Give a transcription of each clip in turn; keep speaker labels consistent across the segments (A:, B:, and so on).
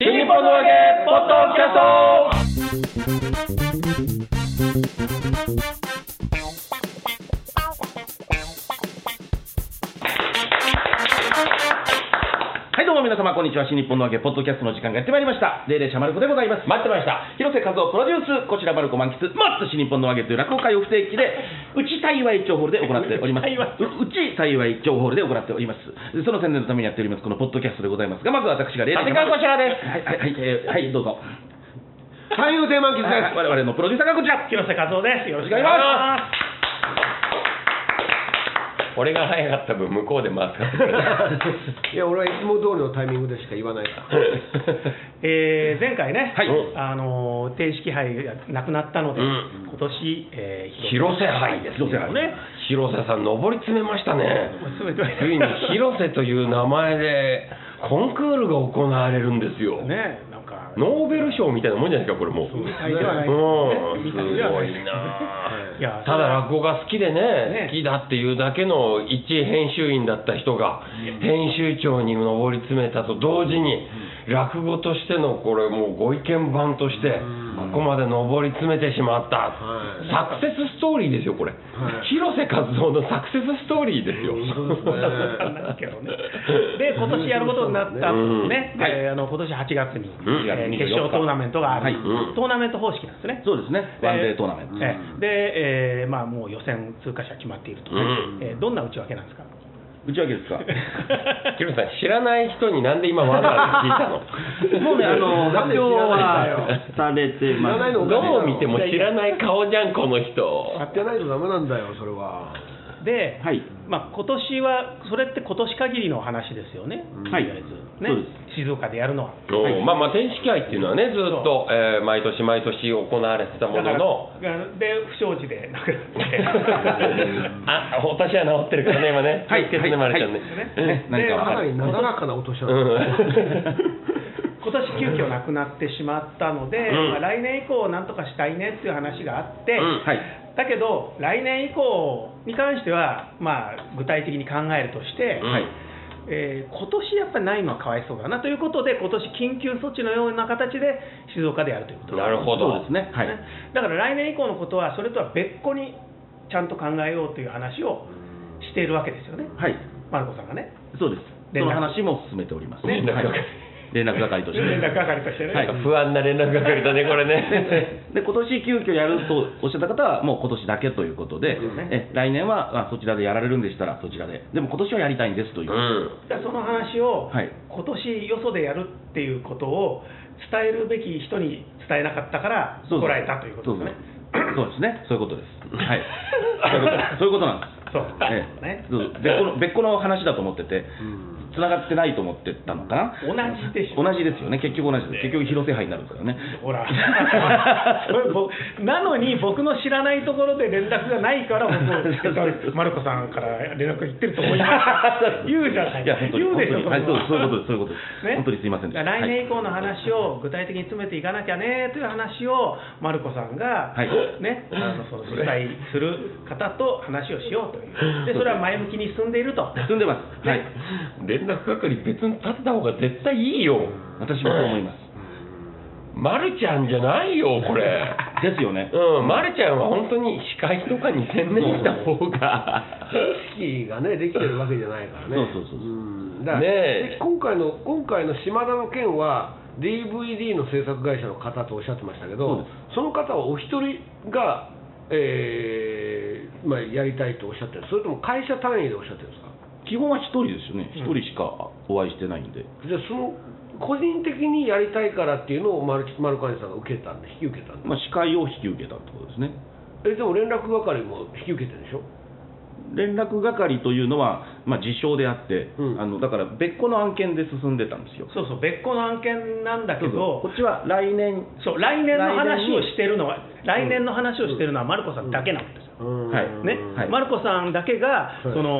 A: 新日本の揚げポッドキャストはいどうも皆様こんにちは新日本の揚げポッドキャストの時間がやってまいりましたレイレイシャマルコでございます待ってました広瀬和夫プロデュースこちらマルコ満喫マッツ新日本の揚げという落語会を不定期でうち幸い町ホールで行っております
B: うち幸いう
A: うち幸い町ホールで行っておりますその宣伝のためにやっておりますこのポッドキャストでございますがまず私がレイレイシャマルコ
B: 立川こちらです
A: はいはいはい、えーはいどうぞ
C: 三遊亭満喫
A: はい
C: で
A: 我
C: す。
A: 々のプロデューサーがこち ら
B: 広瀬和夫です。よろしくお願いします。
D: 俺が早かった分向こうで回すから
C: いや、俺はいつも通りのタイミングでしか言わないから。
B: えー前回ね、
A: はい
B: あのー定式杯がなくなったので、今年、えー
D: 広瀬杯です
A: 広瀬杯
D: ね広瀬さん上り詰めましたね
B: 広瀬
D: ついに広瀬という名前でコンクールが行われるんですよ、
B: ね、なんか、
D: ノーベル賞みたいなもんじゃないですかこれもうう
B: みたいではないです
D: ん
B: ね
D: す
B: みたいでは
D: ご
B: ない
D: なあ
B: いや
D: ただ落語が好きで
B: ね
D: ね好きだっていうだけの一編集員だった人が編集長に上り詰めたと同時に落語としてのこれもうご意見番としてここまで上り詰めてしまったサクセスストーリーですよこれ広瀬和夫のサクセスストーリーですよ
B: そんなことはないけどね。で、今年やることになった
D: うん
B: ね、
A: はい
B: であの今年8月に、
D: ん
B: えー
A: 24
B: 決勝トーナメントがある、
D: はい
B: トーナメント方式なんですね。
A: そうですねワンデートーナメント
B: えーで、えーまあ、もう予選通過者決まっていると、
D: うん
B: えーどんな内訳なんですか、
A: うちわけです か
D: 広瀬さん知らない人になんで今わざわざ聞いたの
A: もうねあの
C: なん
A: 発
C: で
A: 表
C: 知ら
A: は
C: ないんだよ
A: されて
C: 知ら
A: ま
C: ない
A: す
C: の
D: どう見ても知らない顔じゃんこの人
C: 買ってないとダメなんだよ、それは。
B: で、
A: はい
B: まあ今年は、それって今年限りの話ですよね、
A: はい
B: とりあえず
A: そう
B: ね
A: で
B: 静岡でやるのは。
D: おーまあまあ天使会っていうのはねずっと、えー毎年毎年行われてたも
B: だか
D: の
B: ら
D: の
B: で、不祥事でなく
D: あ私は治ってるからね今ね
A: はい
D: 気をつけてねまるちゃんね、
B: なって、
A: ね
B: で
A: 何かわ
C: か
A: る
C: なりなだらかなお年だ
D: う
C: な。
B: 今年急遽なくなってしまったので、
D: うん
B: まあ、来年以降、なんとかしたいねっていう話があって、
D: うん
A: はい
B: だけど、来年以降に関しては、まあ、具体的に考えるとして、
D: うん
A: はい
B: えー今年やっぱりないのはかわいそうだなということで、今年緊急措置のような形で静岡でやるということ
D: んなるほど
A: そうですねはい
B: ねだから来年以降のことは、それとは別個にちゃんと考えようという話をしているわけですよね、
A: はい
B: マルコさんがね。
A: そうですそ
B: 連絡
A: の話も進めております
D: 連絡
A: はい連絡係として
B: 連絡係としてね、
A: はい
D: なんか 不安な連絡が来るだねこれ ね
A: で今年急遽やるとおっしゃった方はもう今年だけということで、え来年はあそちらでやられるんでしたらそちらででも今年はやりたいんですというう、
D: ん
B: だからその話を、
A: はい
B: 今年よそでやるっていうことを伝えるべき人に伝えなかったから
A: そうそ
B: こ
A: う
B: らえたということですね。
A: そうですね。そうですねそういうことです。 はい。そういうことそういうことなんです。
B: そう
A: ええ
B: ね
A: そう別個の別個の話だと思ってて、繋がってないと思ってたのかな。
B: 同じでしょ
A: 同じですよね。結局同じです。結局広瀬杯になるんですからね。
B: ほら それ僕なのに僕の知らないところで連絡がないから僕マルコさんから連絡が行ってると思い ます言うじゃない
A: いや本当に
B: 言うでしょ
A: 本当にはい
B: そんな
A: そうですそういうことですそういうことです本当にすいませんでした
B: 来年以降の話を具体的に詰めていかなきゃねという話をマルコさんが、
A: はい
B: ね、あのその主催する方と話をしようというでそれは前向きに進んでいると
A: 進んでます。はい。
D: 連絡係別に立てた方が絶対いいよ
A: 私もそう思います。
D: まるちゃんじゃないよこれ
A: ですよね。
D: うんまるちゃんは本当に司会とかに専念した方が
C: 意識がね、できてるわけじゃないからね。
A: そうそうそうそうん
C: だから、
D: ねえ
C: で今回の、今回の島田の件は、DVD の制作会社の方とおっしゃってましたけ
A: そう
C: ど
A: で、
C: その方はお一人が、えーまあ、やりたいとおっしゃってるそれとも会社単位でおっしゃってるんですか
A: 基本は一人ですよね。一人しかお会いしてないんで。
C: じゃあその個人的にやりたいからっていうのをマルチマルカネさんが受けたんで引き受けたんで
A: まあ司会を引き受けたってことですね。
C: えでも連絡係も引き受けてるでしょ
A: 連絡係というのは、まあ、自称であって、
C: うん
A: あのだから別個の案件で進んでたんですよ。
B: そうそう別個の案件なんだけ
A: そうそうこっ
B: ど
A: ちは来年、
B: そう来年の話をしてるのは来年の話をしてるのはマルコさんだけなんですよ、
A: はい
B: ね
A: はい
B: マルコさんだけがその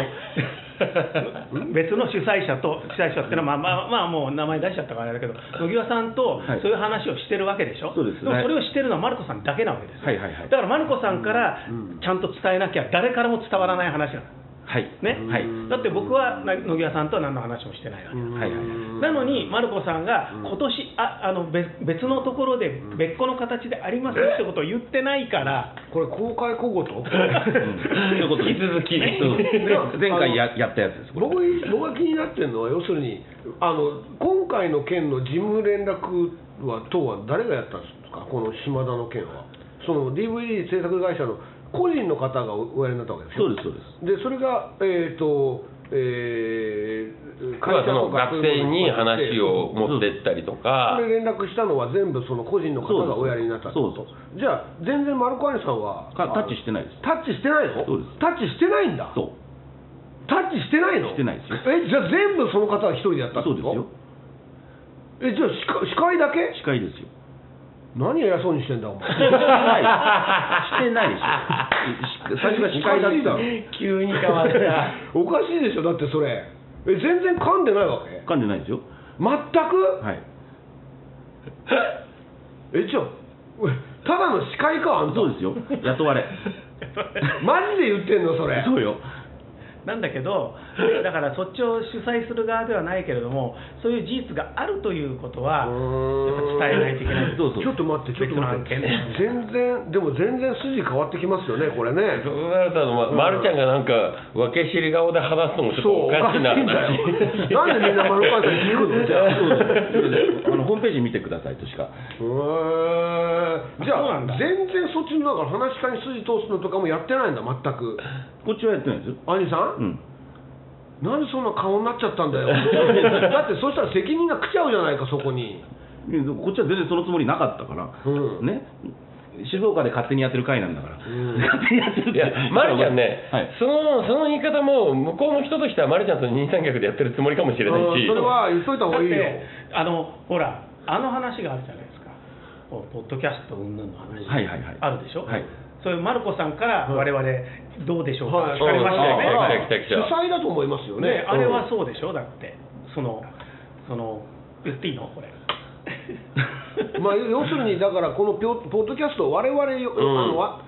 B: 別の主催者と主催者ってのはまあまあまあもう名前出しちゃったからあれだけど野際さんと
A: はい
B: そういう話をしてるわけでしょ、
A: そうです
B: も
A: はい
B: それをしてるのはマルコさんだけなわけですよ、
A: はいはいはい
B: だからマルコさんからちゃんと伝えなきゃ誰からも伝わらない話なの
A: はい
B: ね
A: はい
B: だって僕はな野際さんとは何の話もしてないわけ
C: うん
A: はいはい
B: なのに、マルコさんが
C: うん
B: 今年ああの別別のところで別個の形でありますってことを言ってないから、
C: これ公開小 言
A: ということで
D: 引き続 き
A: そう前回ややったやつですこれ
C: 僕僕が気になってるのは要するにあの今回の件の事務連絡は等は誰がやったんですかこの島田の件はその DVD 制作会社の個人の方がおやりになったわけでしょ
A: そうですそうです
C: でそれがえっ、とえー、
D: 僕はその学生に話
C: を
D: を持ってったりとか
C: こ、れ連絡したのは全部その個人の方がおやりになったってこと
A: そうで
C: じゃあ全然マルコアニさんは
A: かタッチしてないです
C: タッチしてないの
A: そうです
C: タッチしてないんだ
A: そう
C: タッチしてないの
A: してないですよ
C: えじゃあ全部その方は一人でやったって
A: そう
C: こ
A: です
C: と
A: よ
C: えじゃあ司会司会だけ
A: 司会ですよ
C: 何偉そうにしてんだお前
A: してないしてないでしょ し最初が司会だった の
D: 急に変わった。
C: おかしいでしょだってそれえ全然噛んでないわけ
A: 噛んでないですよ
C: 全く
A: はい
C: えじゃあえただの司会かあんた
A: そうですよ雇 われ
C: マジで言ってんの それ
A: そうよ
B: なんだけど、だからそっちを主催する側ではないけれども、そういう事実があるということは、
C: う
B: や
C: ーん
B: っぱ伝えないといけない。
A: そうそう
C: ちょっと待って、ちょっと待って
B: 別の案、
C: 全然、でも全然筋変わってきますよね、これね。
D: そうなると、ま、まるちゃんがなんか、分け知り顔で話すのもちょっとおかしいな。
C: そうおかしいんだよなんでみんな丸川さん聞くのじゃあ
A: そうですあのホームページ見てくださいとしか
C: へーじゃ
B: そうな
C: あ
B: んだ
C: 全然そっちのだから話し家に筋通すのとかもやってないんだ全く
A: こっちはやってないですよ
C: 兄さ、
A: うんん
C: なんでそんな顔になっちゃったんだよだってそしたら責任が来ちゃうじゃないかそこに
A: いやでもこっちは全然そのつもりなかったから、
C: うん
A: ね静岡で勝手にやってる会なんだから、
C: ん
A: 勝手にやってるっ
D: い
A: て
D: や、 まるちゃんね、
A: はい、
D: その、その言い方も、向こうの人としては、まるちゃんと二人三脚でやってるつもりかもしれない
C: うん
D: し。
C: それは言っといた方
B: だ
C: が
B: っ
C: いいよ
B: て、あのほら、あの話があるじゃないですか、こうポッドキャスト云々の話、
A: はいはいはい
B: あるでしょ、
A: はい
B: そういうマルコさんから我々、どうでしょうか、
C: はい
B: 聞かれましたよね。
D: うん
C: ああ
D: 来た来た来た
C: 主催だと思いますよ
B: ね
C: ね、
B: あれはそうでしょ、だって、その、その、言っていいの、これ。
C: うんまあ要するにだからこのピョポッドキャストを我々よ、
D: うん
C: あのわ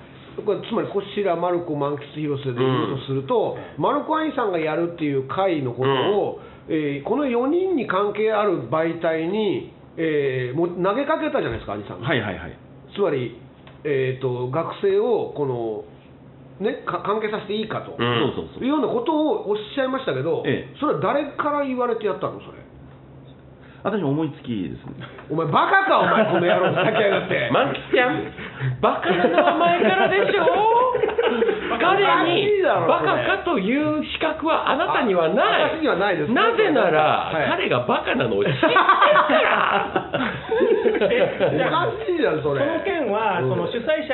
C: これつまりこしらまる子満喫広瀬で言うとすると、まるこあいさんがやるっていう会のことを、えーこの4人に関係ある媒体に、えーもう投げかけたじゃないですか兄さんが、
A: はいはいはい
C: つまり、えー、と学生をこの、ね、か関係させていいかと、
D: うん
A: そうそう
C: い
A: そうう
C: ようなことをおっしゃいましたけど、
A: ええ
C: それは誰から言われてやったのそれ
A: 私思いつきですね
C: お前バカかお前この野郎ふざけやがって
D: 満喫ちゃん、バカな名前からでしょ彼にバカかという資格はあなたにはない。
C: 私にはないです
D: なぜなら、
C: はい
D: 彼がバカなのを知ってるか
B: え
D: ら。
B: じゃあ
C: おかしいじゃんそ
B: そ
C: れ
B: の件は、その主催者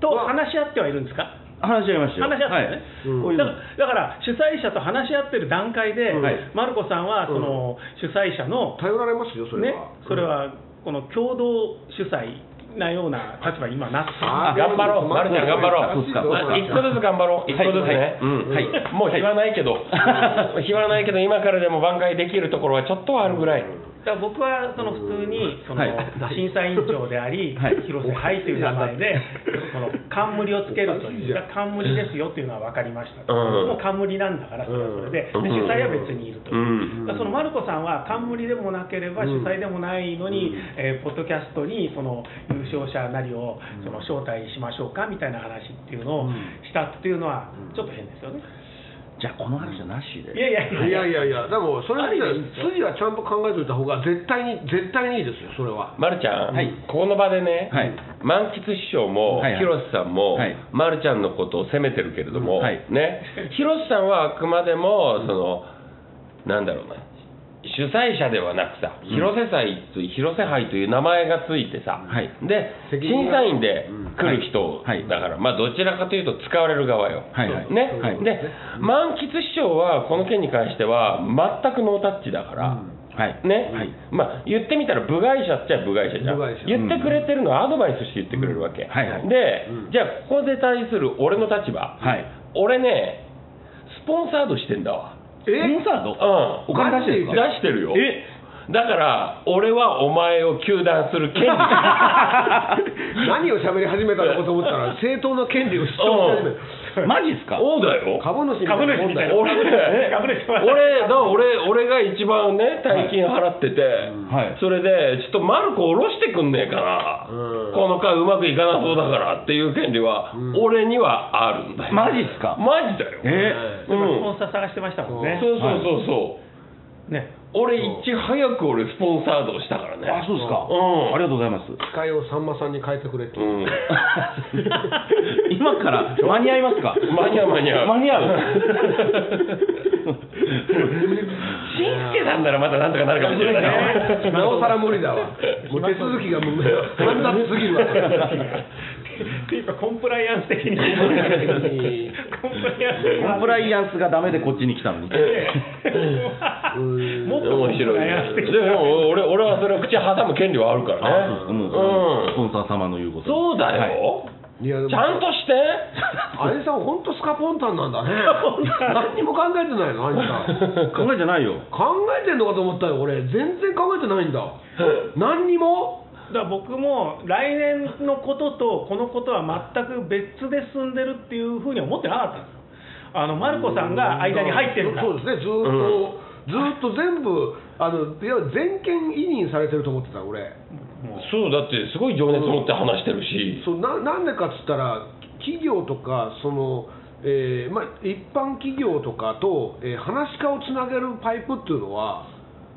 B: と話し合ってはいるんですか
A: 話し合いましたよ
B: 話し合って
A: は
B: ね、
A: いこういう
B: だ
A: の
B: からだから主催者と話し合ってる段階で、
A: はい
B: マルコさんはその主催者の、
C: 頼られますよそれ
B: ね
C: は、
B: それはこの共同主催なような立場に今なってる
C: あ
D: 頑張 ろう、まるちゃん頑張ろ。
A: そううっすか
D: まあ一個ずつ頑張ろう、一個ずつね。うん
A: はい
D: もう日はないけど、日はないけど、今からでも挽回できるところはちょっとはあるぐらい。
B: だから僕はその普通にその
A: はい
B: 審査委員長であり、
A: はい
B: 広瀬杯という名前で、この冠をつけるとい
C: おかしいじ
B: う
C: ゃん、
B: 冠ですよというのは分かりました、
D: うん
B: もう冠なんだから、それはそれで、
D: うん
B: で主催は別にいるというう、だからそのマルコさんは冠でもなければ主催でもないのに、えーポッドキャストにその優勝者なりをその招待しましょうかみたいな話っていうのをしたっていうのは、ちょっと変ですよね。
A: じゃあこの話はなしで
B: いやいやいや
C: いやいやいやでもそれだったら筋はちゃんと考えておいた方が絶対に絶対にいいですよそれは
D: ま、るちゃん、
A: はい
D: ここの場でね、
A: はい
D: 満喫師匠も、
A: はいはい
D: 広瀬さんも、
A: はい
D: まるちゃんのことを責めてるけれども、
A: うんはい
D: ね、広瀬さんはあくまでも、そのなんだろうな、主催者ではなくさ、広瀬祭と広瀬杯という名前がついてさ、
A: はい
D: で
C: 責任
D: 審
C: が
D: 査員で来る人
A: はいはい
D: だから、まあ、どちらかというと使われる側よ。
A: はいはい
D: ね
A: はい
D: で満喫師匠はこの件に関しては全くノータッチだから。
A: はい
D: ね、
A: はい
D: まあ、言ってみたら部外者っちゃ部外者じゃん
C: 部外者
D: 言ってくれてるのはアドバイスして言ってくれるわけ、
A: うんはいはい
D: で、
C: うん
D: じゃあここで対する俺の立場、
A: はい
D: 俺ねスポンサードしてんだわ
A: コンサート
D: う
A: お
D: ん
A: 金出してるん
D: 出
A: ですか
D: してるよ
A: え
D: だから俺はお前を糾弾 する権利
C: 何を喋り始めたのかと思ったら正当な権利を主張し始め
A: うんマジっすか
D: そうだよ
C: 株主みたい
B: 株
C: な
B: 主み
C: もんだ
B: たい
C: よ
B: な。
D: 俺
B: 株主は
D: 俺だから俺俺が一番ね大金払ってて、
A: はい
D: それでちょっとマルコ下ろしてくんねえかな、
C: うん
D: この回うまくいかなそうだからっていう権利は俺にはあるんだよ
A: マジっすか
D: マジだよ
A: え
B: ス
D: う
B: ポ
D: ん
B: ンサー探してましたもんね。
D: そうそうそうそう、
B: ね。
D: 俺いち早く俺スポンサードをしたからね
A: あそうですか、
D: うん
A: ありがとうございます
C: 機械をさんまさんに変えてくれって、
D: うん、
A: 今から間に合いますか
D: 間に合う間に合う
A: 間に合う
D: しんすけさんならまだなんとかなるかもしれないけど
C: なおさら無理だわもう手続きがもう煩雑すぎるわ
B: っていうかコンプライアンス的に。コンプライアンス的に
A: コンプライアンスがダメでこっちに来たのに
C: うん
B: もっとコ
D: 面
B: ンプ
D: 白い
B: ライアンス
D: ね
B: 的
D: でも俺俺はそれを口挟む権利はあるか
A: あ
D: らね
A: そうですかもう、スポ
D: うん
A: ンサー様の言うこと
D: そうだ
A: はい
D: よ、
C: いやでも
D: ちゃん として
C: 兄さん本当スカポンタンなんだね何にも考えてないの兄さ ん
A: 考えじゃないよ
C: 考えてんのかと思ったよ俺全然考えて ないんだ何にも
B: だから僕も来年のこととこのことは全く別で進んでるっていうふうには思ってなかったんですよあのマルコさんが間に入ってるから
C: そうですねずーっと、ずーっと全部あのいや全権委任されてると思ってた俺
D: そうだってすごい情熱持って話してるし、
C: そうななんでかっつったら企業とかその、えーまあ、一般企業とかと、えー話し家をつなげるパイプっていうのは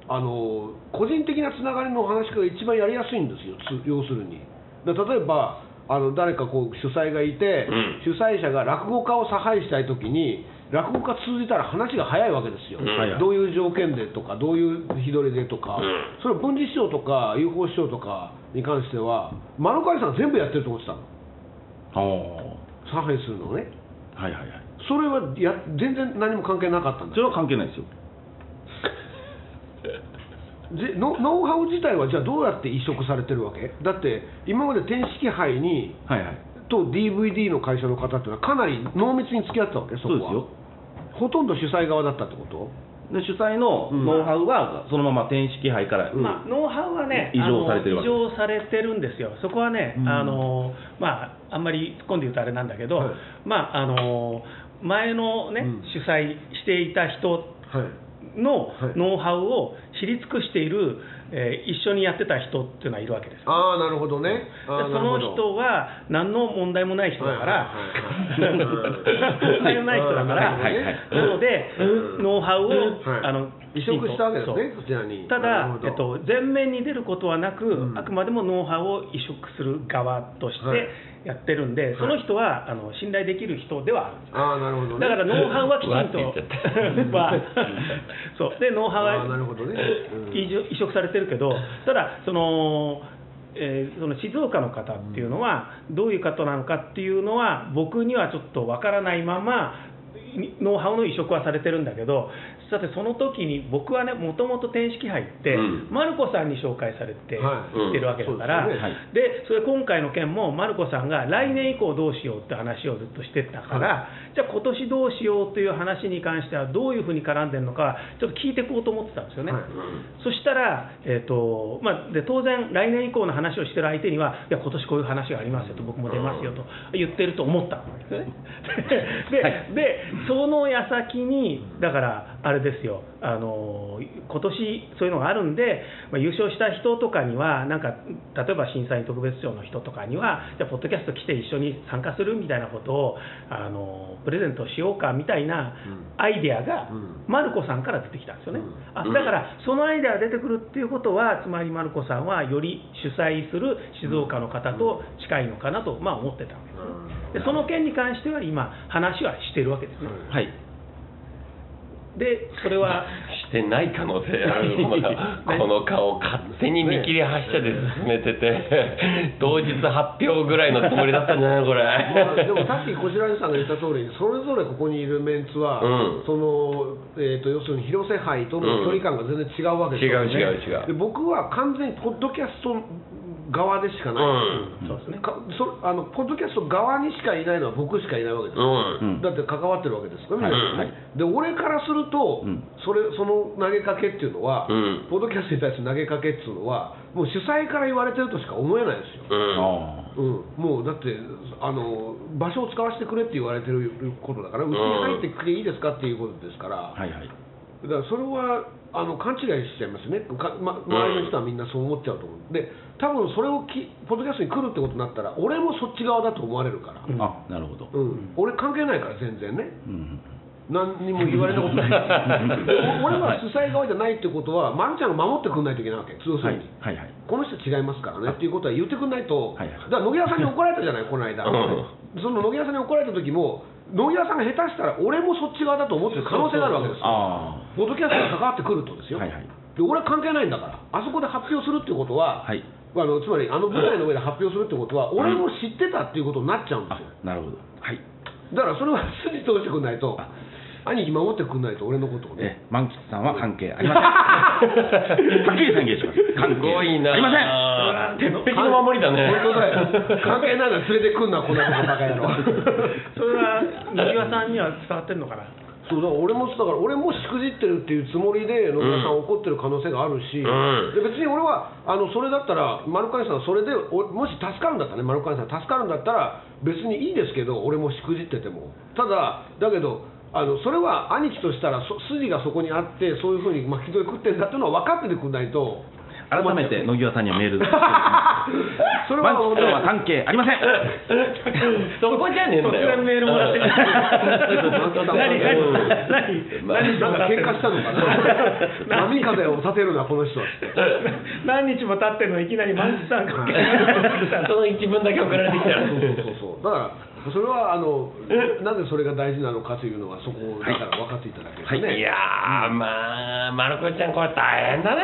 C: あの個人的なつながりの話し家が一番やりやすいんですよつ要するにだ例えばあの誰かこう主催がいて、
D: うん
C: 主催者が落語家を差配したい時に落語家通じたら話が早いわけですよ、
D: うん
A: はいはい
C: どういう条件でとかどういう日取りでとか、
D: うん
C: それ文治師匠とか UFO 師匠とかに関してはマルカリさんが全部やってると思ってたの
A: ああ
C: 差配するのね
A: はいはいはい
C: それはや全然何も関係なかったんだ
A: それは関係ないですよ
C: ぜノノウハウ自体はじゃあどうやって移植されてるわけだって今まで天式杯に
A: はいはい
C: と DVD の会社の方っていうのはかなり濃密に付き合ってたわけそ
A: そ
C: こ
A: う
C: は
A: ですよ
C: ほとんど主催側だったってこと
A: で主催の
C: うん
A: ノウハウはそのまま天式杯から、
B: まあ、ノウハウはね、
A: 異常されてるわ
B: あ
A: け
B: の異常されてるんですよ、そこはね、
A: うん
B: あのまあ、あんまり突っ込んで言うとあれなんだけど、
C: はい
B: まあ、あの前の、ね
C: うん
B: 主催していた人
C: はい
B: の
C: はい
B: ノウハウを知り尽くしている、えー一緒にやってた人っていうのはいるわけですよ。
C: ああなるほどね
B: で
C: あー
B: そ
C: なる
B: の
C: ほど
B: 人は何の問題もない人だから、
C: はいはいはいはい
B: 問題のない人だから、
A: はいはいはい
B: なので、
C: うん
B: ノウハウを、
C: はい
B: あの
C: 移植したわけで
B: きちんとそう
C: すねこちらに
B: た
C: なる
B: だ
C: ほ、ど
B: えっと、前面に出ることはなく、
C: うん
B: あくまでもノウハウを移植する側とし
C: はい
B: てやってるんで、その人はあの信頼できる人ではあるんです
C: ああなるほど
B: だ
C: ね
B: からノウハウ はきちんと
D: わって言っちゃ っ
B: はそうでノウハウ
C: あーなる
B: は
C: ほどね、うん
B: 移植移植されてるけどただその、えーその静岡の方っていうのはどういう方なのかっていうのは僕にはちょっとわからないままにノウハウの移植はされてるんだけどさてその時に僕はねもともと天式杯って、
D: うん
B: マルコさんに紹介されて
C: はい
B: 行ってるわけだから、
C: そうです
B: でそれ
C: よねはい
B: 今回の件もマルコさんが来年以降どうしようって話をずっとしてたから、じゃあ今年どうしようという話に関してはどういうふうに絡んでるのかちょっと聞いていこうと思ってたんですよね、
C: はい
B: そしたら、えーとまあ、で当然来年以降の話をしてる相手にはいや今年こういう話がありますよと僕も出ますよと言ってると思ったんですねで、
A: はい
B: でその矢先にだからあれですよあの今年そういうのがあるんで、まあ、優勝した人とかにはなんか例えば審査員特別賞の人とかにはじゃあポッドキャスト来て一緒に参加するみたいなことをあのプレゼントしようかみたいなアイデアが、
C: うん
B: マルコさんから出てきたんですよね、
C: うん
B: あ
D: うん
B: だからそのアイデアが出てくるっていうことはつまりマルコさんはより主催する静岡の方と近いのかなと、まあ、思ってたわけですねでその件に関しては今話はしてるわけですね、
A: はい
B: でそれ は
D: してない可能性あるまだこの顔勝手に見切り発車で進めてて同日発表ぐらいのつもりだったんじゃないのこれ
C: まあでもさっきこしらえさんが言った通りそれぞれここにいるメンツは、
D: うん
C: そのえー、と要するに広瀬杯との距離感が全然違うわけですよね、
D: うん違う違う違う
C: で僕は完全にポッドキャスト側でしか
D: う
C: ない、
D: ん
B: そうですね。
C: かそあのポッドキャスト側にしかいないのは僕しかいないわけです、
D: うん
A: ん
C: だって関わってるわけですから、
A: はい
D: はい
C: で俺からすると、
A: うん
C: それその投げかけっていうのは、
D: うん
C: ポッドキャストに対する投げかけっていうのはもう主催から言われてるとしか思えないですよ、
D: うん
A: あ
C: うん、もうだってあの場所を使わせてくれって言われてることだからうちに入ってくれいいですかっていうことですから、
A: あはいはい
C: だからそれはあの勘違いしちゃいますねか、ま、周りの人はみんなそう思っちゃうと思うで多分それをきポッドキャストに来るってことになったら俺もそっち側だと思われるから、うん
A: あなるほど
C: 俺関係ないから全然ね
A: うん
C: 何にも言われ たことないお俺は主催側じゃないってことは、ま、るちゃんが守ってくんないといけないわけ要す
A: はい
C: るに、
A: はいはい
C: この人違いますからねっていうことは言ってくんないと、
A: はいはい
C: だから野木屋さんに怒られたじ ゃないこの間、
D: う
C: その野木屋さんに怒られた時も野木屋さんが下手したら俺もそっち側だと思ってる可能性があるわけですよ
A: あ
C: ポッドキャストが関わってくるとです
A: あ
C: よ、
A: はいはい
C: で俺は関係ないんだから、あそこで発表するってことは、
A: はい
C: あのつまりあの舞台の上で発表するってことは、俺も知ってたっていうことになっちゃうんで
A: あ
C: すよ、
A: なるほどはい
C: だからそれは筋通してくんないと
A: あ、
C: 兄貴守ってくんないと、俺のことをね、
A: え満吉さんは関係ありませんはっきり宣言します関
D: す
A: 係
D: ごいな
A: ありません
D: ん鉄壁の守りだね
C: 本当だよ、関係ないのに連れてくんな、こんなこと、バカ 野郎。
B: それは、野際さんには伝わってるのかな。
C: そうだから俺もだから俺もしくじってるっていうつもりで野村さん怒ってる可能性があるし、
D: うん
C: で別に俺はあのそれだったら丸川さんそれでおもし助かるんだったらね丸川さん助かるんだったら別にいいですけど俺もしくじっててもただだけどあのそれは兄貴としたらそ筋がそこにあってそういうふうに巻き添え食ってんだっていうのは分かっててくんないと
A: 改めて野際さんにはメールです
C: それ
A: 満
C: は
A: 吉さんは関係ありません
D: そこじゃねえん
B: 突
D: だよ
B: 然メールもらってる。
C: 何
B: 何、
D: うん
B: 何、何、
D: まあ
B: 何日
C: な
B: も
C: んか
B: 経ってる
C: 喧嘩したのかな 波風を立てるなこの人はって
B: 何日も経ってるのにいきなり満喫さんかけ
D: その一文だけ送られてきたら
C: そうそうだからそれはあのなぜそれが大事なのかというのはそこだから分かっていただければ
D: い
C: ね、
D: やーまあまるこちゃんこれ大変だね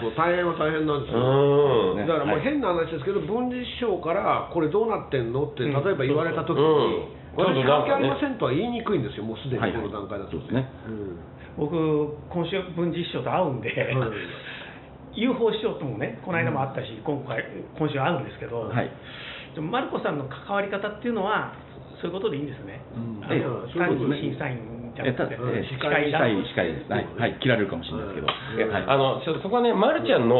C: そうそう大変は大変なんです
D: う
C: よ、
D: ん
C: だからも
A: は
C: う
A: い
C: 変な話ですけど文治師匠からこれどうなってんのって例えば言われた時に、
D: うん
C: 私
D: ちょっとなん
C: 関係
D: か
C: あり
D: ね
C: ませんとは言いにくいんですよもうすでに
A: はい
C: この段階だと、
A: そうですね
C: うん
B: 僕、今週、文治師匠と会うんで、
C: はい
B: UFO 師匠ともね、この間も会ったし、今回、今週会うんですけど、
A: はい
B: でもマルコさんの関わり方っていうのは、そういうことでいいんですね。
C: うん
B: あの
A: ええ
C: そういう
B: 単
C: こと
B: に
C: ですね
B: 審査員じゃ
A: え
B: な
A: た
B: く
A: え
B: て、
C: うん
A: 司
B: 司
A: 会
B: 会
A: 司
B: だ
A: 会司会はいはい切られるかもしれないですけどえはい
D: あのちょっとそこはね、ま、るちゃんの、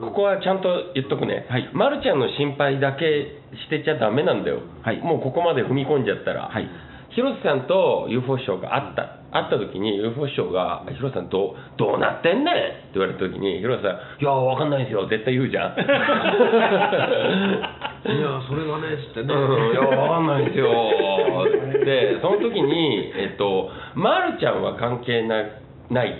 D: ここはちゃんと言っとくね、
A: はい
D: ま、るちゃんの心配だけしてちゃだめなんだよ、
A: はい
D: もうここまで踏み込んじゃったら、
A: はい
D: 広瀬さんと UFO 師匠が会った会った時に UFO 師匠が「広瀬さんどうどうなってんねん!」って言われた時に広瀬さん「いやわかんないですよ絶対言う じゃん」
C: いやそれがねっつってね、
D: うん、いや、わかんないですよ。で、その時に、えっと、まるちゃんは関係なない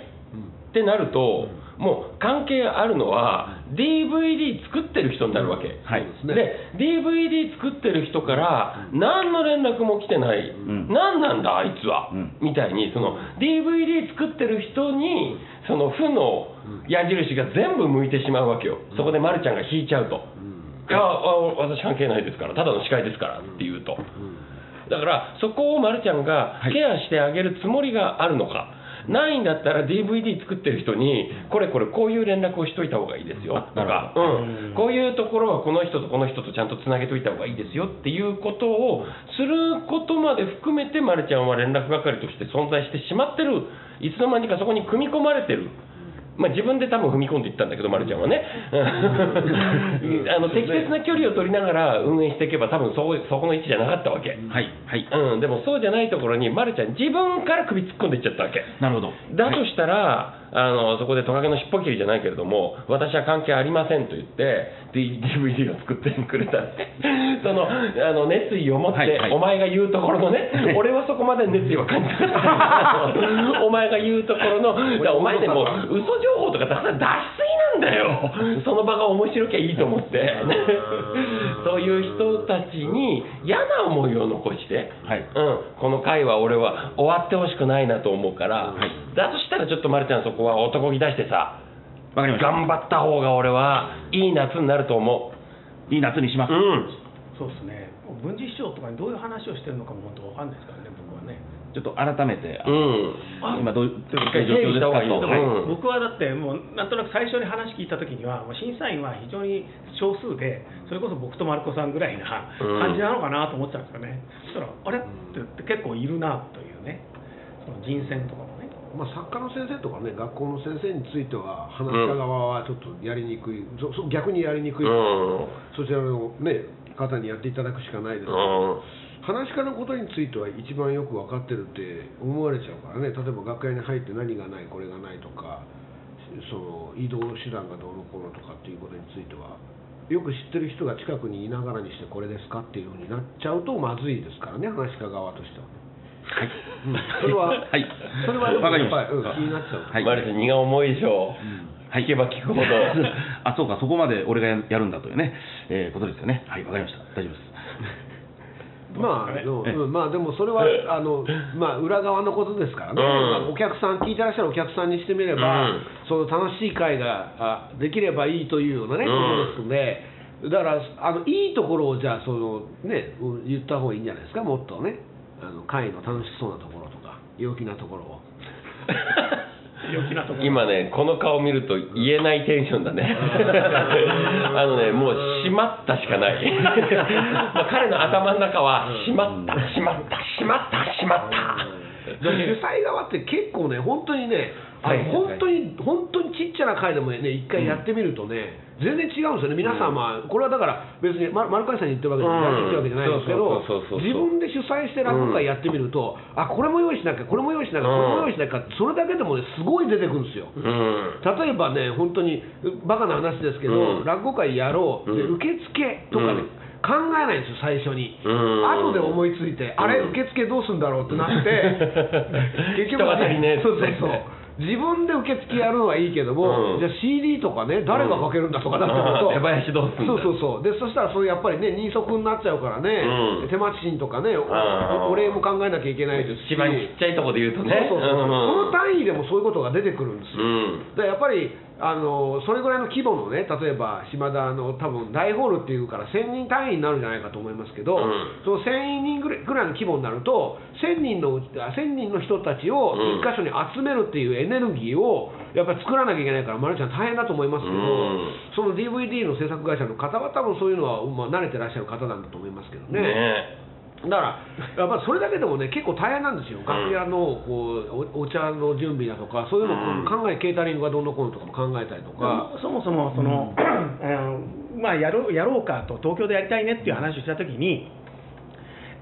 D: ってなると、もう関係あるのは、DVD 作ってる人になるわけ。
A: はい
C: ね
D: で DVD 作ってる人から何の連絡も来てない、
A: ん
D: 何なんだあいつは、
A: うん
D: みたいにその DVD 作ってる人にその負の矢印が全部向いてしまうわけよそこでまるちゃんが引いちゃうと、いやあ私関係ないですからただの司会ですからって言うと、だからそこをまるちゃんが
A: はい
D: ケアしてあげるつもりがあるのか、ないんだったら DVD 作ってる人にこれこれこういう連絡をしといた方がいいですよと
A: あなる
D: か、うん、こういうところはこの人とこの人とちゃんとつなげといた方がいいですよっていうことをすることまで含めてまるちゃんは連絡係として存在してしまってるいつの間にかそこに組み込まれてる。まあ、自分で多分踏み込んでいったんだけど、ま、るちゃんはね あの適切な距離を取りながら運営していけば多分そうそこの位置じゃなかったわけ、
A: はいはい
D: うん、でもそうじゃないところに、ま、るちゃん、自分から首突っ込んでいっちゃったわけ。
A: なるほど
D: だとしたら、あのそこでトカゲの尻尾切りじゃないけれども、私は関係ありませんと言って、D- DVD を作ってくれたって、 そのあの熱意を持って、
A: はいはい
D: お前が言うところのね、 俺はそこまで熱意は感じなかった、お前が言うところの、だからお前でもう嘘情報とか出さ出しすぎなんだ よ、その場が面白きゃいいと思って、 そういう人たちに嫌な思いを残して。
A: はい
D: うん、この回は俺は終わってほしくないなと思うから、だとしたらちょっとまるちゃんそこは男気出してさ
A: わかりました
D: 頑張った方が俺はいい夏になると思
A: いい夏にしま
D: う
A: す
D: うん
B: そうですね文治師匠とかにどういう話をしてるのかも本当わかんないですからね僕はね
A: ちょっと改めて、
D: うん
B: あ
A: 今どういう状況
D: 整理
A: です
D: した方
A: か
D: がいいよ
A: と、
D: はいうん
B: 僕はだってもうなんとなく最初に話聞いた時にはもう審査員は非常に少数でそれこそ僕と丸子さんぐらいな
D: うん
B: 感じなのかなと思ってたんですよね、そしたらあれって言って結構いるなというねその人選とかもね
C: まあ、作家の先生とかね学校の先生については話し家側はちょっとやりにくい、そそ逆にやりにくい、
D: うん
C: そちらの、ね、方にやっていただくしかないですけど、
D: うん
C: 話し家のことについては一番よく分かってるって思われちゃうからね例えば楽屋に入って何がないこれがないとかその移動手段がどうのこうのとかっていうことについてはよく知ってる人が近くにいながらにしてこれですかっていうふうになっちゃうとまずいですからね話し家側としてはね。それは、
A: はい
C: それはでも
A: わかりました
C: やっぱりうん気になっちゃう。
A: はい
D: マリさん荷が重いでしょ、聞けば聞くほど
A: あそうかそこまで俺がややるんだというね、えーことですよねはいわかりました大丈夫です
C: まあ、でもうんまあでもそれはあの、まあ、裏側のことですからね、
D: うん
C: まあお客さん聞いてらっしゃるお客さんにしてみれば、
D: うん
C: その楽しい会があできればいいというようなね、
D: うん
C: ことですのでだからあのいいところをじゃあその、ね、うん言った方がいいんじゃないですかもっとねあの会の楽しそうなところとか陽気なところを。
B: 陽気なところ
D: 今ねこの顔見ると言えないテンションだ ねあのねもう「しまった」しかない まあ彼の頭の中は「しまったしまったしまったしまっ
C: だ
D: た」
C: から主催側って結構ね、本当にね、あの
D: はい
C: 本当に本当にちっちゃな会でもね、一回やってみるとね、全然違うんですよね、皆さん、まあ、これはだから、別にま丸川さんに言ってるわけじゃない、やって
D: うん
C: きたわけじゃ
D: そうそうそうそうそう
C: ないんですけど、自分で主催して落語会やってみると、あこれも用意しなきゃ、これも用意しなきゃ、
D: うん
C: これも用意しなきゃ、それだけでもね、すごい出てくるんですよ。
D: うん
C: 例えばね、本当にバカな話ですけど、
D: うん
C: 落語会やろう、で
D: うん
C: 受付とかね、
D: うん
C: 考えないんですよ、最初に、
D: うん
C: 後で思いついて、あれ、
D: うん
C: 受付どうすんだろうってな って、
D: 人が足りねえって
C: そうそうそう、自分で受付やるのはいいけども、
D: うん
C: じゃあ CD とかね、誰がかけるんだとかなってくると、
D: うん手林どうすんだ
C: そうそうそう、でそしたら、それやっぱりね、人足になっちゃうからね、
D: うん
C: 手間賃とかね、お
D: うん
C: お礼も考えなきゃいけないですし。
D: 一番ちっちゃいとこで言うと
C: そう
D: ね
C: そうそう
D: うん
C: その単位でもそういうことが出てくるんですよ、
D: うん
C: だからやっぱりあのそれぐらいの規模のね例えば島田の多分大ホールっていうから1000人単位になるんじゃないかと思いますけど、
D: うん
C: その1000人ぐらいぐらいの規模になると1000人のうちあ1000人の人たちを
D: うん
C: 1箇所に集めるっていうエネルギーをやっぱり作らなきゃいけないから、ま、るちゃん大変だと思いますけど、
D: うん
C: その DVD の制作会社の方は多分そういうのは、まあ、慣れてらっしゃる方なんだと思いますけど
D: ね
C: だから、やっぱりそれだけでもね、結構大変なんですよ、楽屋のこうおお茶の準備だとか、そういうのを考え、ケータリングがどんどんこうのとかも考えたりとか、
B: そもそもその、 あのまあ、やろうやろうかと東京でやりたいねっていう話をしたときに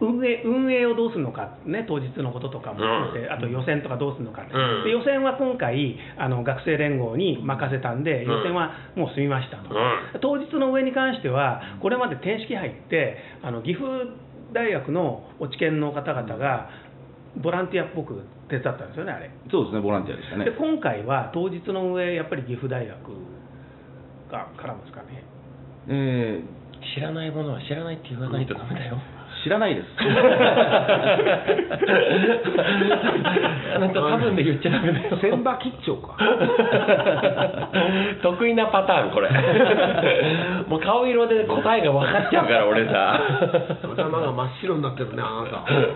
B: 運営運営をどうするのか、ね、当日のこととかも含めて、あと予選とかどうするのか、
D: うん
B: で予選は今回あの学生連合に任せたんで
D: うん
B: 予選はもう済みましたと、当
D: う
B: 日の上に関してはこれまで天式入ってあの岐阜大学のお知見の方々がボランティアっぽく手伝ったんですよねあれ。
A: そうですねボランティアで したね
B: で今回は当日の上やっぱり岐阜大学が絡むんですかね
A: え
D: 知らないものは知らないって言わないとダメだよ
A: ー知らないです
D: あ なた多分で言っちゃダメ だよ
C: 千葉吉兆か、
D: 得意なパターンこれもう顔色で答えが分かっちゃうから俺 さ
C: 頭が真っ白になってるね、あなた。
B: ね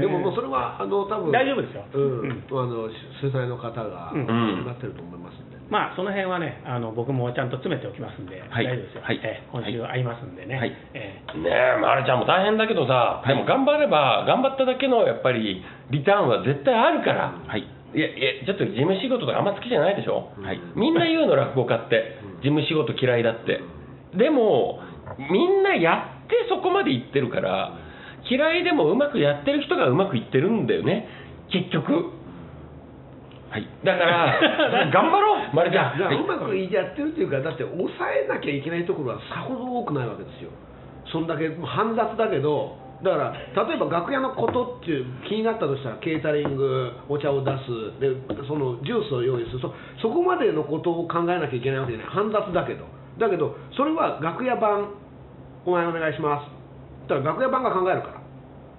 C: でももうそれは、あの多分
B: 大丈夫ですよ
C: う
B: う
C: ん、
B: ん
C: あの主催の方が、
B: うん
C: なってると思いますんで、
B: まあその辺はねあの僕もちゃんと詰めておきますんで、
A: はい
B: 大丈夫ですよ、
A: はい
B: えー今週会いますんでね、
A: はい
B: え ー
D: ねえ、ま、るちゃんも大変だけどさ、
A: い
D: でも頑張れば頑張っただけのやっぱりリターンは絶対あるから、
A: はい
D: いやいやちょっと事務仕事とかあんま好きじゃないでしょ、
A: はい
D: みんな言うの落語家って事務仕事嫌いだってでもみんなやってそこまでいってるから嫌いでもうまくやってる人がうまくいってるんだよね結局
A: はい
D: だから 頑張ろうまるちゃん
C: だか
D: は
C: ら
D: いう
C: まくやってるっていうか、だって抑えなきゃいけないところはさほど多くないわけですよ、そんだけ煩雑だけど、だから例えば楽屋のことっていう気になったとしたら、ケータリング、お茶を出す、でそのジュースを用意するそ、そこまでのことを考えなきゃいけないわけじゃない、煩雑だけど、だけど、それは楽屋版、お前お願いします、だから楽屋版が考えるから。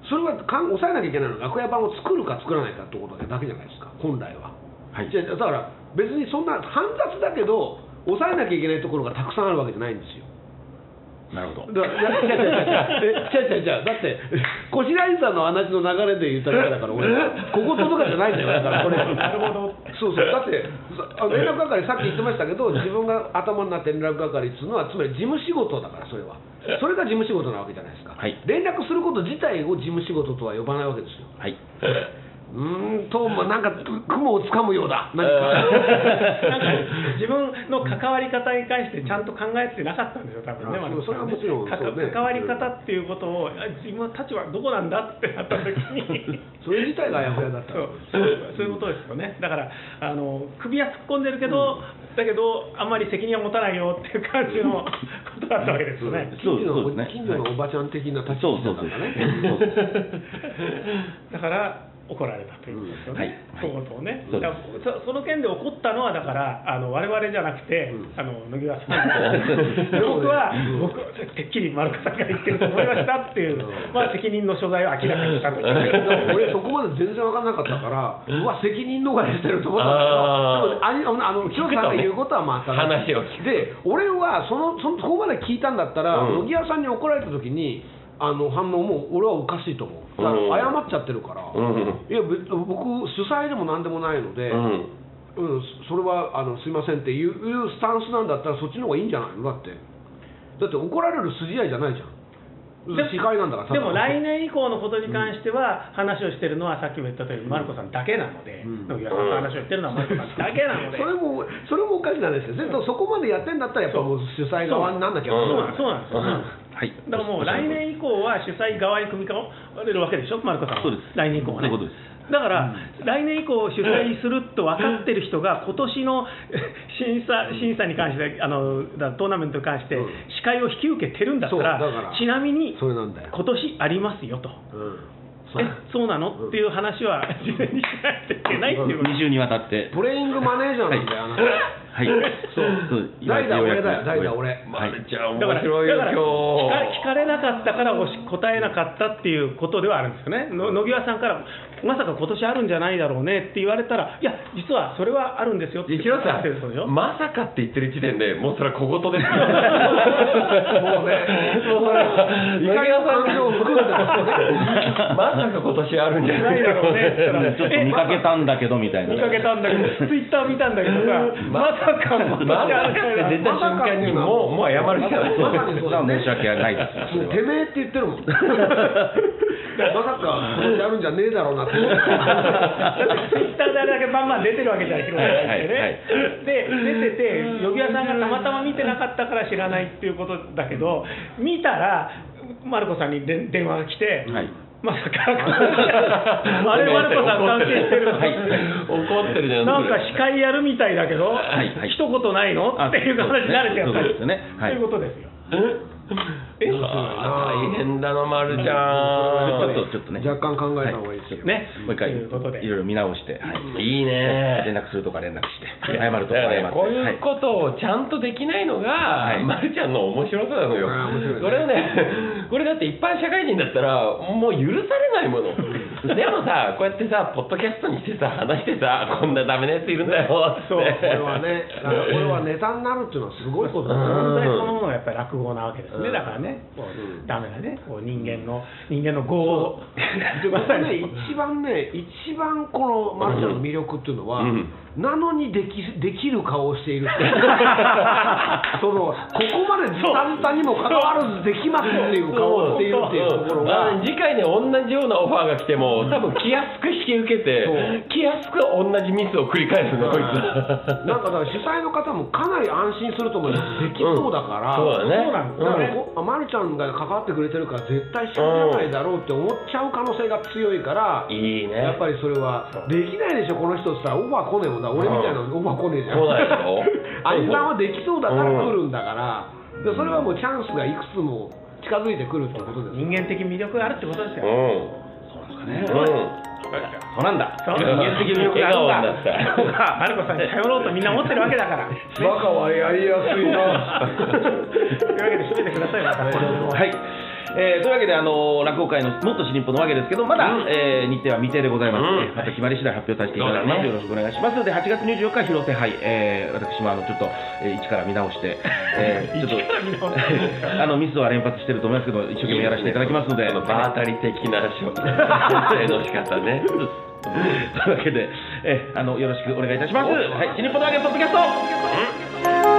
C: それはかん抑えなきゃいけないのは楽屋版を作るか作らないかってことだけじゃないですか本来は、
A: はい
C: じゃあだから別にそんな煩雑だけど抑えなきゃいけないところがたくさんあるわけじゃないんですよ
A: なるほど
E: だからいや違う違う違う違う違う違うだってこしらえさんの話の流れで言っただけだから俺ここととかじゃないんだよだからこれ
B: なるほど
C: そうそうだってさあの連絡係さっき言ってましたけど自分が頭になって連絡係っていうのはつまり事務仕事だからそれはそれが事務仕事なわけじゃないですか、
A: はい
C: 連絡すること自体を事務仕事とは呼ばないわけですよ
A: はいう
C: ーんとまあなんか雲をつかむようだ何
B: なんか自分の関わり方に関してちゃんと考えてなかったんですよ、多分ね、
C: あ
B: マルコさんね
C: それはもちろん
B: かか
C: そうね
B: 関わり方っていうことを、あ自分の立場どこなんだってなった時に。
C: それ自体があやふやだった
B: そうそうそういうことですよね、だからあの首は突っ込んでるけど、だけど、あんまり責任は持たないよっていう感じのことだったわけですよね。
A: そう
C: 近所
A: そう
C: の
A: ですね
C: 近所のおばちゃん的な立ち
A: そ
C: 位
A: う
C: 置
A: そ
C: だ
A: うそ
C: ったん
A: う
C: だね
A: そうそう
B: だから怒られたということですよ
A: うん
B: ね、
A: はい
B: そういうことをね、
A: そう
B: だ
A: で
B: からそその件で怒ったのは、だから、あの我々じゃなくて、あの野際さん僕は、僕、てっきり丸川さんが言ってると思いましたっていう、まあ、責任の所在を明らかにしたという。
C: でも 俺そこまで全然分かんなかったからうわ責任逃れしてると思ったんだけどでもあのあの清さんが言うことはまあ
D: 話を聞く
C: で俺はそのそのそこまで聞いたんだったら、
D: うん
C: 乃木屋さんに怒られた時にあの反応も俺はおかしいと思うだから謝っちゃってるから、
D: うん
C: いやぶ僕主催でも何でもないので、
D: う
C: うん
D: ん
C: それはあのすいませんっていういうスタンスなんだったらそっちの方がいいんじゃないのだってだって怒られる筋合いじゃないじゃん
B: で
C: 司会なんだから
B: でも来
C: 年
B: 年以降のことに関しては話をしてるのはさっきも言った通りマルコさんだけなので、野際さんと話をしてるのはマルコさんだけなので、
C: それもそれもおかしなですよでもそこまでやってんだったらやっぱもう主催側になんなきゃ
D: そう
B: そうなんそうなんですよ、
A: はい
B: だからもう来年以降は主催側に組み替われるわけでしょ、マルコさんは
A: そうです
B: 来年以降はね
A: そういうことです。
B: だから、来年以降、主催すると分かってる人が、今年の 審査審査に関して、あのだトーナメントに関して、
C: うん
B: 司会を引き受けてるんだったら、
C: そうだから
B: ちなみに
C: そ
B: 今
C: れなんだよ、
B: 年ありますよと、
C: うんそう
B: えそうなの、っていう話は、事前にしないといけないっていうこと
A: 二重にわたって
C: プレイングマネージャーなんだよ、あなた
A: はいそうそう
C: 代打俺だよ代打俺
A: はい
D: じゃあ面
B: だから、だ
D: 白いよ
B: から
D: 今
B: 聞か聞かれなかったからおし答えなかったっていうことではあるんですよね、の野際さんから、まさか今年あるんじゃないだろうねって言われたら、いや、実はそれはあるんですよって
D: 日 広
B: 答えてるそうでし
D: さ
B: ょ
D: んまさかって言ってる時点でもうそれは小言です よ
C: もうね、それ怒りの感情を含んでますよね。
D: まさか今年あるんじゃ
B: ないだろうねって言ったら
A: ちょっと見かけたんだけどみたいな
B: 見かけ たんだけど、ツイッター見たんだけどさ、まさか今年
D: まさ
B: あ
D: かっ
B: るんじゃ ない
D: て
B: だろう
D: 出た瞬間にもうもう謝るしかない
C: まさ に
A: そ
C: そう
A: れは
C: だね
A: 申し訳ないです
C: もうてめえって言ってる もん。まさか今年あるんじゃねえだろうなって。
B: だってツイッターであれだけバンバン出てるわけじゃない、広がってね。で、出てて、呼び屋さんがたまたま見てなかったから知らないっていうことだけど、見たら、マルコさんにで電話が来て、
A: はい
B: ま さか、あれ、マルコさん関係してるの、
A: はい
D: 怒ってるじゃん
B: なんか司会やるみたいだけど、
A: いはい
B: 一言ないの
A: あ
B: っていう話になるじゃない
A: そうですねはい
B: ということですよ。え
D: あー大変だな丸ちゃ
A: ちょっとちょっとね
C: 若干考えた方がいいですよ。
B: ね、
A: もう一回い
B: ということで
A: ろいろ見直して、はい
D: んいいね
A: 連絡するとか連絡して謝るとか
D: だか
A: 謝っ
D: らね
A: て
D: こういうことをちゃんとできないのが、
A: い
D: まるちゃんの面白さなのよ、
C: あー面白いね
D: これはね、これだって一般社会人だったら、もう許さ れないもの、でもさ、こうやってさ、ポッドキャストにしてさ、話してさ、こんなダメなやついるんだよって、
B: そう
C: これはね、だからこれはネタになるっていうのはすごい ことだね。
B: 存在そのものがやっぱり落語なわけですね、だからね、こうダメだね、こう人間の、人間の業を、
C: でもね、一番ね、一番このマルちゃんの魅力っていうのは、
D: うん
C: なのにできできる顔をしている っていうそのここまで時短にもかかわらずできますっていう顔をしているっていうところが。
D: うん次回ね、同じようなオファーが来ても、多分気安く引き受けて
C: そう、
D: 気安く同じミスを繰り返すの、こいつ。
C: なんかだから主催の方もかなり安心すると思います、できそうだから、
D: そうだね。
B: そうなんです
C: だか
B: よね
C: らこ、まるちゃんが関わってくれてるから、絶対しゃべらないだろうって思っちゃう可能性が強いから、
D: いいね。
C: やっぱりそれは、できないでしょ、この人って言ったら、オファー来ねえもんだ、俺みたいなのオファー来ねえじゃん、
D: そう だよ
C: 兄さんはできそうだから来るんだから、でそれはもうチャンスがいくつも近づいてくるってことですよ。
B: 人間的魅力があるってことですよ。
D: う
A: ね
D: ん。うん。
A: そうなんだ
B: そう
A: 人間的魅力があるんだ
D: 笑顔になっ
B: マルコさんに頼ろうとみんな思ってるわけだから。と
C: バカはやりやすい
B: い
C: な
B: うわけで、締めてください、また。
A: はい。えーというわけで、あのー落語界のもっと新日本のわけですけど、まだ、
D: うん
A: えー日程は未定でございますので、
D: うん
A: また決まり次第発表させていただきます。
D: そうだね
A: よろしくお願いします。で、8月24日、広瀬杯、えー私もあのちょっと、えー一から見直して、え ーちょっと
B: 一から見直 す
A: あのミスは連発してると思いますけど、一生懸命やらせていただきますの で、
D: この場当たり的な 所撮影の仕方ね。
A: というわけで、えーあのよろしくお願いいたします。はい、新日本のわけポッドキャスト。